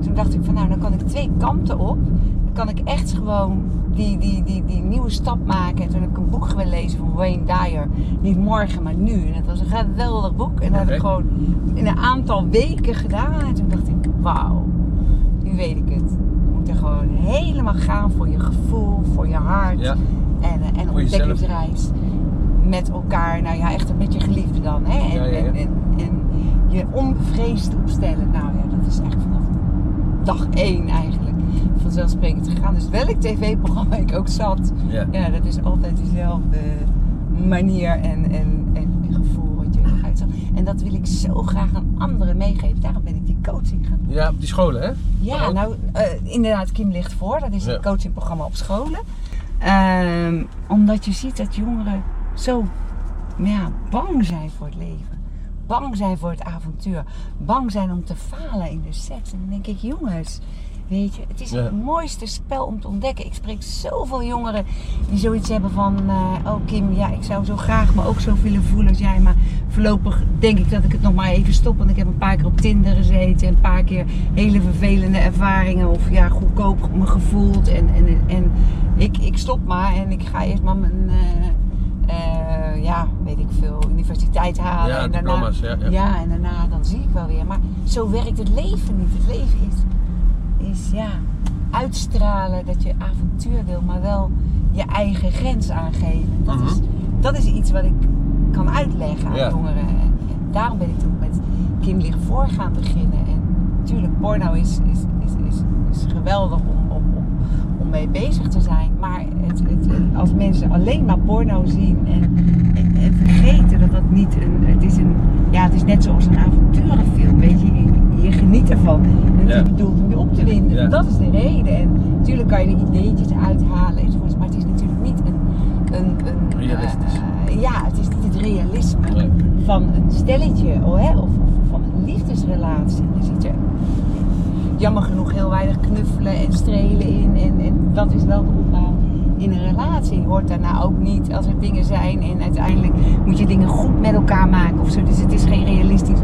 [SPEAKER 2] Toen dacht ik van nou, dan kan ik twee kanten op. Dan kan ik echt gewoon die, die, die, die nieuwe stap maken. En toen heb ik een boek gelezen van Wayne Dyer. Niet morgen, maar nu. En dat was een geweldig boek. En dat heb ik
[SPEAKER 1] Oké.
[SPEAKER 2] gewoon in een aantal weken gedaan. En toen dacht ik, wauw, nu weet ik het. Je moet er gewoon helemaal gaan voor je gevoel, voor je hart.
[SPEAKER 1] Ja.
[SPEAKER 2] En, eh, en
[SPEAKER 1] Voor jezelf.
[SPEAKER 2] ontdekkingsreis met elkaar, nou ja, echt met je geliefde dan. Hè? En,
[SPEAKER 1] Ja, ja, ja.
[SPEAKER 2] En, en, en je onbevreesd opstellen. Nou ja, dat is echt vanaf dag één eigenlijk vanzelfsprekend gegaan. Dus welk tv-programma ik ook zat,
[SPEAKER 1] Ja.
[SPEAKER 2] ja, dat is altijd dezelfde manier en, en, en, en gevoel wat je eruit zat. En dat wil ik zo graag aan anderen meegeven. Daarom ben ik die coaching gaan doen.
[SPEAKER 1] Ja, op die scholen, hè?
[SPEAKER 2] Ja,
[SPEAKER 1] Ook.
[SPEAKER 2] nou, eh, inderdaad, Kim ligt voor. Dat is
[SPEAKER 1] Ja.
[SPEAKER 2] het coachingprogramma op scholen. Ehm, omdat je ziet dat jongeren zo Nou ja, bang zijn voor het leven. Bang zijn voor het avontuur. Bang zijn om te falen in de seks. En dan denk ik, jongens, weet je, het is
[SPEAKER 1] Ja.
[SPEAKER 2] het mooiste spel om te ontdekken. Ik spreek zoveel jongeren die zoiets hebben van... eh, oh Kim, ja, ik zou zo graag me ook zo willen voelen als jij. Maar voorlopig denk ik dat ik het nog maar even stop. Want ik heb een paar keer op Tinder gezeten. en Een paar keer hele vervelende ervaringen. Of ja, goedkoop me gevoeld. En, en, en ik, ik stop maar. En ik ga eerst maar mijn... eh, eh, ja, weet ik veel, universiteit halen.
[SPEAKER 1] Ja,
[SPEAKER 2] en daarna,
[SPEAKER 1] diploma's, ja, ja.
[SPEAKER 2] ja, en daarna dan zie ik wel weer. Maar zo werkt het leven niet. Het leven is, is ja, uitstralen dat je avontuur wil, maar wel je eigen grens aangeven. Dat, is, dat is iets wat ik kan uitleggen aan
[SPEAKER 1] Mhm. Ja.
[SPEAKER 2] jongeren. En, en daarom ben ik toen met Kim Ligt voor gaan beginnen. En natuurlijk, porno is, is, is, is, is geweldig om, om, om, om mee bezig te zijn. Maar het, het, als mensen alleen maar porno zien en, en, en vergeten dat dat niet een. Het is, een, ja, het is net zoals een avonturenfilm, weet je. Je, je geniet ervan. En het
[SPEAKER 1] Ja.
[SPEAKER 2] is bedoeld om je op te winden.
[SPEAKER 1] Ja.
[SPEAKER 2] Dat is de reden. En natuurlijk kan je er ideetjes uithalen enzovoorts. Maar het is natuurlijk niet een. een, een
[SPEAKER 1] Realistisch.
[SPEAKER 2] eh, eh, ja, het is niet het realisme
[SPEAKER 1] Nee.
[SPEAKER 2] van een stelletje oh, hè, of, of van een liefdesrelatie. Je ziet er jammer genoeg heel weinig knuffelen en strelen in. En, en dat is wel de opbouw in een relatie. Je hoort daarna ook niet als er dingen zijn en uiteindelijk moet je dingen goed met elkaar maken of zo. Dus het is geen realistisch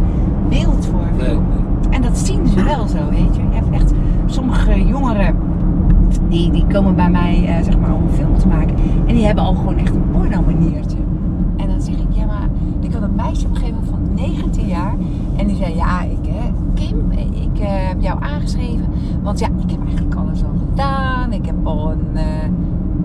[SPEAKER 2] beeld voor een
[SPEAKER 1] Nee, nee.
[SPEAKER 2] en dat zien ze wel zo, weet je. Je hebt echt sommige jongeren die, die komen bij mij eh, zeg maar, om een film te maken. En die hebben al gewoon echt een porno maniertje. En dan zeg ik, eh, ja maar, ik had een meisje op een gegeven moment van 19 jaar. En eh, geschreven. Want ja, ik heb eigenlijk alles al gedaan. Ik heb al een, eh,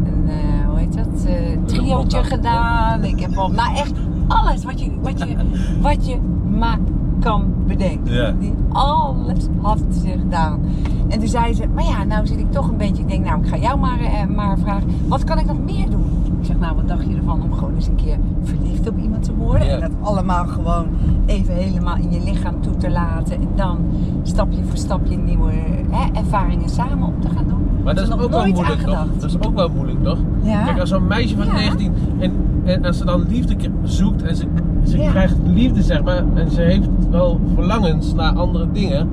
[SPEAKER 2] een eh, hoe heet dat, eh triootje
[SPEAKER 1] podcast.
[SPEAKER 2] gedaan. Ik heb al, nou echt alles wat je, wat je, wat je maar kan bedenken.
[SPEAKER 1] Ja.
[SPEAKER 2] Die alles had ze gedaan. En toen zei ze, maar ja, nou zit ik toch een beetje, ik denk nou, ik ga jou maar, eh, maar vragen, wat kan ik nog meer doen? Ik zeg, nou, wat dacht je ervan om gewoon eens een keer verliefd op iemand te worden?
[SPEAKER 1] Ja.
[SPEAKER 2] En dat allemaal gewoon even helemaal in je lichaam toe te laten. En dan stapje voor stapje nieuwe hè, ervaringen samen op te gaan doen.
[SPEAKER 1] Maar dat
[SPEAKER 2] Ze
[SPEAKER 1] is
[SPEAKER 2] nog
[SPEAKER 1] ook wel
[SPEAKER 2] nooit
[SPEAKER 1] moeilijk, toch?
[SPEAKER 2] aangedacht.
[SPEAKER 1] Dat is ook wel moeilijk, toch?
[SPEAKER 2] Ja.
[SPEAKER 1] Kijk, als zo'n meisje van
[SPEAKER 2] Ja.
[SPEAKER 1] 19 en, en als ze dan liefde k- zoekt en ze, ze
[SPEAKER 2] Ja.
[SPEAKER 1] krijgt liefde, zeg maar, en ze heeft wel verlangens naar andere dingen.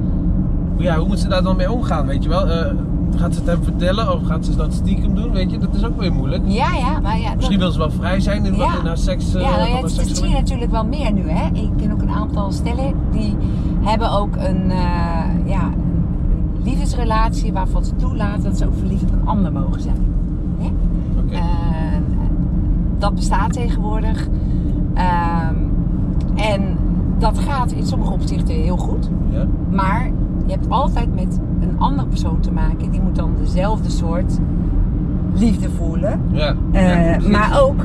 [SPEAKER 1] Maar Ja, hoe moet ze daar dan mee omgaan, weet je wel? Eh, gaat ze het hem vertellen of gaat ze dat stiekem doen, weet je? Dat is ook weer moeilijk.
[SPEAKER 2] Ja, ja, maar ja. dat-
[SPEAKER 1] Misschien wil ze wel vrij zijn in, wat-
[SPEAKER 2] Ja.
[SPEAKER 1] in haar seks. eh,
[SPEAKER 2] Ja, nou
[SPEAKER 1] van
[SPEAKER 2] ja,
[SPEAKER 1] haar
[SPEAKER 2] dat
[SPEAKER 1] seksuele-
[SPEAKER 2] zie je natuurlijk wel meer nu. Hè? Ik ken ook een aantal stellen die hebben ook een, eh, ja, een liefdesrelatie waarvan ze toelaten dat ze ook verliefd op een ander mogen zijn. Hè?
[SPEAKER 1] Oké.
[SPEAKER 2] Eh, dat bestaat tegenwoordig. Ehm, en dat gaat in sommige opzichten heel goed.
[SPEAKER 1] Ja?
[SPEAKER 2] Maar je hebt altijd met een andere persoon te maken. Die moet dan dezelfde soort liefde voelen.
[SPEAKER 1] Ja.
[SPEAKER 2] Eh,
[SPEAKER 1] ja, precies.
[SPEAKER 2] maar ook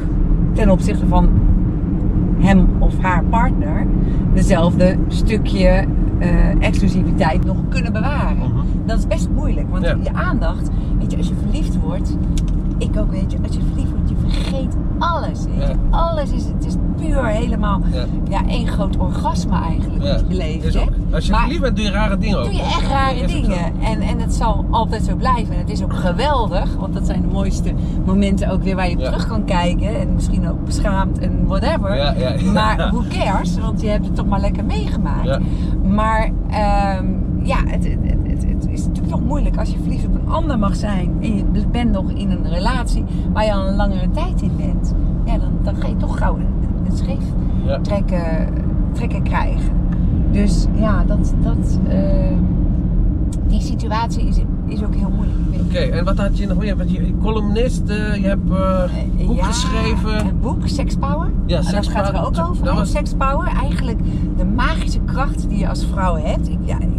[SPEAKER 2] ten opzichte van hem of haar partner dezelfde stukje eh, exclusiviteit nog kunnen bewaren.
[SPEAKER 1] Mhm.
[SPEAKER 2] Dat is best moeilijk, want
[SPEAKER 1] Ja.
[SPEAKER 2] je aandacht, weet je, als je verliefd wordt, ik ook weet je, als je verliefd wordt, je vergeet alles. Weet je. Alles is, het is puur helemaal
[SPEAKER 1] Ja.
[SPEAKER 2] ja. één groot orgasme eigenlijk
[SPEAKER 1] Ja.
[SPEAKER 2] wat je beleeft.
[SPEAKER 1] Is
[SPEAKER 2] hè?
[SPEAKER 1] ook- Als je
[SPEAKER 2] Maar-
[SPEAKER 1] verliefd bent, doe je rare dingen ook.
[SPEAKER 2] doe je echt
[SPEAKER 1] Is
[SPEAKER 2] rare
[SPEAKER 1] ook zo.
[SPEAKER 2] dingen. En, en het zal altijd zo blijven. En het is ook geweldig, want dat zijn de mooiste momenten ook weer waar je op
[SPEAKER 1] Ja.
[SPEAKER 2] terug kan kijken. En misschien ook beschaamd en whatever.
[SPEAKER 1] Ja, ja, ja.
[SPEAKER 2] Maar who cares, want je hebt het toch maar lekker meegemaakt.
[SPEAKER 1] Ja.
[SPEAKER 2] Maar ehm, ja, het, het, het, het- het is natuurlijk nog moeilijk als je verliefd op een ander mag zijn. En je bent nog in een relatie waar je al een langere tijd in bent. Ja, dan, dan ga je toch gauw een, een- een scheef
[SPEAKER 1] Ja.
[SPEAKER 2] trekken, trekken krijgen. Dus ja, dat, dat, eh, die situatie is, is ook heel moeilijk. Ik weet
[SPEAKER 1] Oké, en wat had je nog meer? Want je columnist, eh, je hebt eh,
[SPEAKER 2] Eh,
[SPEAKER 1] boek
[SPEAKER 2] ja,
[SPEAKER 1] geschreven.
[SPEAKER 2] Een boek, Sex Power.
[SPEAKER 1] Ja,
[SPEAKER 2] En
[SPEAKER 1] Sex
[SPEAKER 2] Ah, dat gaat er
[SPEAKER 1] Power.
[SPEAKER 2] ook over.
[SPEAKER 1] Dat
[SPEAKER 2] hè?
[SPEAKER 1] was-
[SPEAKER 2] Sex Power, eigenlijk de magische kracht die je als vrouw hebt. Ik, ja, ik eh,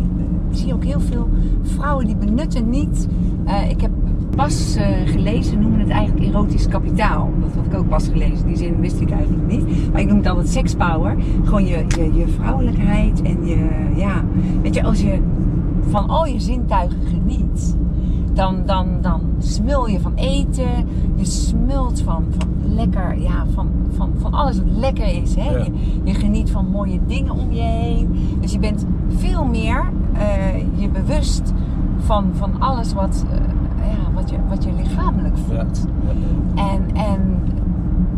[SPEAKER 2] zie ook heel veel vrouwen die benutten niet. eh, ik heb pas eh, gelezen, noemen het eigenlijk erotisch kapitaal. Dat had ik ook pas gelezen. Die zin wist ik eigenlijk niet. Maar ik noem het altijd Sex Power. Gewoon je, je, je vrouwelijkheid en je, ja, weet je, als je van al je zintuigen geniet dan, dan, dan smul je van eten. Je smult van, van lekker, ja, van, van, van alles wat lekker is. Hè?
[SPEAKER 1] Ja.
[SPEAKER 2] Je, je geniet van mooie dingen om je heen. Dus je bent veel meer eh, je bewust van, van alles wat, eh, ja, wat, je, wat je lichamelijk
[SPEAKER 1] Ja.
[SPEAKER 2] voelt. En, en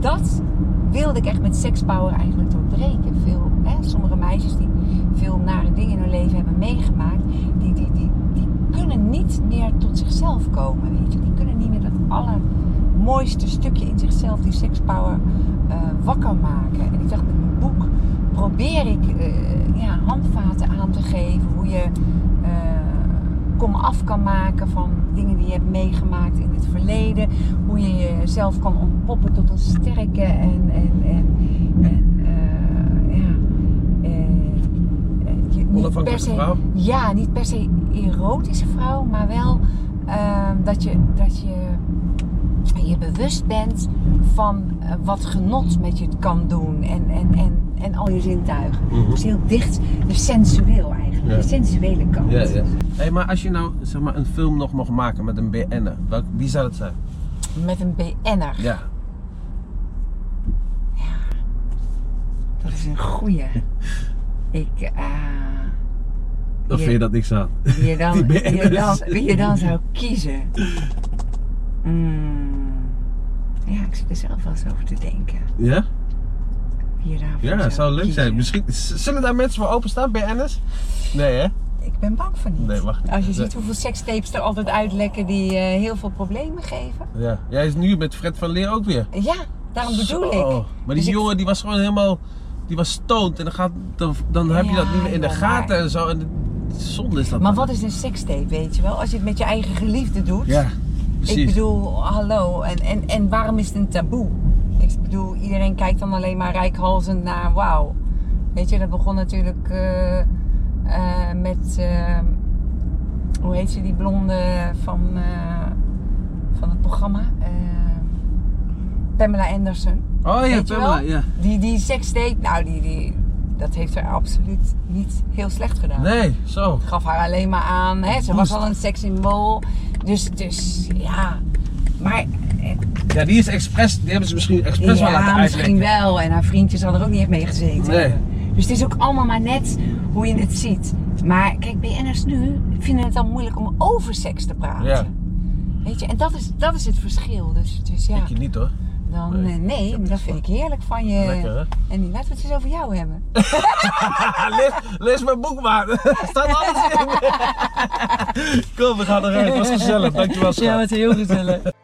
[SPEAKER 2] dat wilde ik echt met sekspower eigenlijk doorbreken. Veel, hè, sommige meisjes die veel nare dingen in hun leven hebben meegemaakt, die, die, die, die kunnen niet meer tot zichzelf komen. Weet je? Die kunnen niet meer dat allermooiste stukje in zichzelf, die sekspower, eh, wakker maken. En ik dacht met mijn boek probeer ik eh, ja, handvaten aan te geven hoe je eh, kom af kan maken van dingen die je hebt meegemaakt in het verleden. Hoe je jezelf kan ontpoppen tot een sterke en, en, en, en eh, ja, eh, eh, je- niet
[SPEAKER 1] Onafhankelijke
[SPEAKER 2] per se-
[SPEAKER 1] vrouw.
[SPEAKER 2] Ja, niet per se erotische vrouw, maar wel ehm, dat, je, dat je je bewust bent van eh, wat genot met je kan doen en, en, en, en al je zintuigen.
[SPEAKER 1] Mhm.
[SPEAKER 2] Dus heel dicht, dus sensueel eigenlijk,
[SPEAKER 1] Ja.
[SPEAKER 2] de sensuele kant.
[SPEAKER 1] Ja, ja. Hey, maar als je nou zeg maar, een film nog mag maken met een BN'er, welk, wie zou dat zijn?
[SPEAKER 2] Met een BN'er.
[SPEAKER 1] Ja.
[SPEAKER 2] Dat is een goeie. Ik, eh,
[SPEAKER 1] Dan
[SPEAKER 2] Ja.
[SPEAKER 1] vind je dat niks aan.
[SPEAKER 2] wie je dan,
[SPEAKER 1] Die
[SPEAKER 2] wie je dan,
[SPEAKER 1] BN'ers.
[SPEAKER 2] wie je dan zou kiezen. Mm. Ja, ik zit er zelf wel eens over te denken.
[SPEAKER 1] Ja?
[SPEAKER 2] Wie je daarvoor
[SPEAKER 1] Ja,
[SPEAKER 2] zou
[SPEAKER 1] zou leuk zijn.
[SPEAKER 2] kiezen.
[SPEAKER 1] Misschien, z- zullen daar mensen voor openstaan, BN'ers? Nee, hè?
[SPEAKER 2] Ik ben bang van niet.
[SPEAKER 1] Nee, wacht niet.
[SPEAKER 2] Als je
[SPEAKER 1] Nee.
[SPEAKER 2] ziet hoeveel sekstapes er altijd uitlekken die eh, heel veel problemen geven.
[SPEAKER 1] Ja. Jij is nu met Fred van Leer ook weer.
[SPEAKER 2] Ja, daarom bedoel
[SPEAKER 1] Zo.
[SPEAKER 2] ik.
[SPEAKER 1] Oh, Maar die
[SPEAKER 2] Dus ik-
[SPEAKER 1] jongen die was gewoon helemaal. Die was stoned en dan, gaat, dan, dan heb je
[SPEAKER 2] Ja,
[SPEAKER 1] dat niet meer in de
[SPEAKER 2] ja,
[SPEAKER 1] gaten
[SPEAKER 2] maar-
[SPEAKER 1] en zo. En zonde is dat.
[SPEAKER 2] Maar wat is een sekstape, weet je wel? Als je het met je eigen geliefde doet.
[SPEAKER 1] Ja, precies.
[SPEAKER 2] Ik bedoel, hallo, en, en, en waarom is het een taboe? Ik bedoel, iedereen kijkt dan alleen maar rijkhalzend naar wauw. Weet je, dat begon natuurlijk eh, eh, met, eh, hoe heet ze, die blonde van, eh, van het programma? Eh, Pamela Anderson.
[SPEAKER 1] Oh ja,
[SPEAKER 2] Weet je
[SPEAKER 1] Pamela,
[SPEAKER 2] wel?
[SPEAKER 1] ja.
[SPEAKER 2] Die, die seksdate, nou, die, die, dat heeft haar absoluut niet heel slecht gedaan.
[SPEAKER 1] Nee, zo.
[SPEAKER 2] Gaf haar alleen maar aan, hè? ze was
[SPEAKER 1] Boost.
[SPEAKER 2] al een sekssymbool. Dus, dus ja. Maar eh,
[SPEAKER 1] Ja, die is expres, die hebben ze misschien expres wel laten
[SPEAKER 2] ja, misschien
[SPEAKER 1] uitleggen.
[SPEAKER 2] wel. En haar vriendjes hadden er ook niet echt mee gezeten.
[SPEAKER 1] Nee.
[SPEAKER 2] Dus het is ook allemaal maar net hoe je het ziet. Maar kijk, BN'ers nu vinden het dan moeilijk om over seks te praten.
[SPEAKER 1] Ja.
[SPEAKER 2] Weet je, en dat is, dat is het verschil. Dus, dus ja,
[SPEAKER 1] Ik je niet hoor.
[SPEAKER 2] dan,
[SPEAKER 1] nee.
[SPEAKER 2] eh, nee, maar dat vind ik heerlijk van je.
[SPEAKER 1] Lekker, hè?
[SPEAKER 2] En die- laten we het eens over jou hebben.
[SPEAKER 1] lees, lees mijn boek maar. Er staat alles in. Kom, we gaan eruit. Het was gezellig. Dankjewel, schat.
[SPEAKER 2] heel gezellig.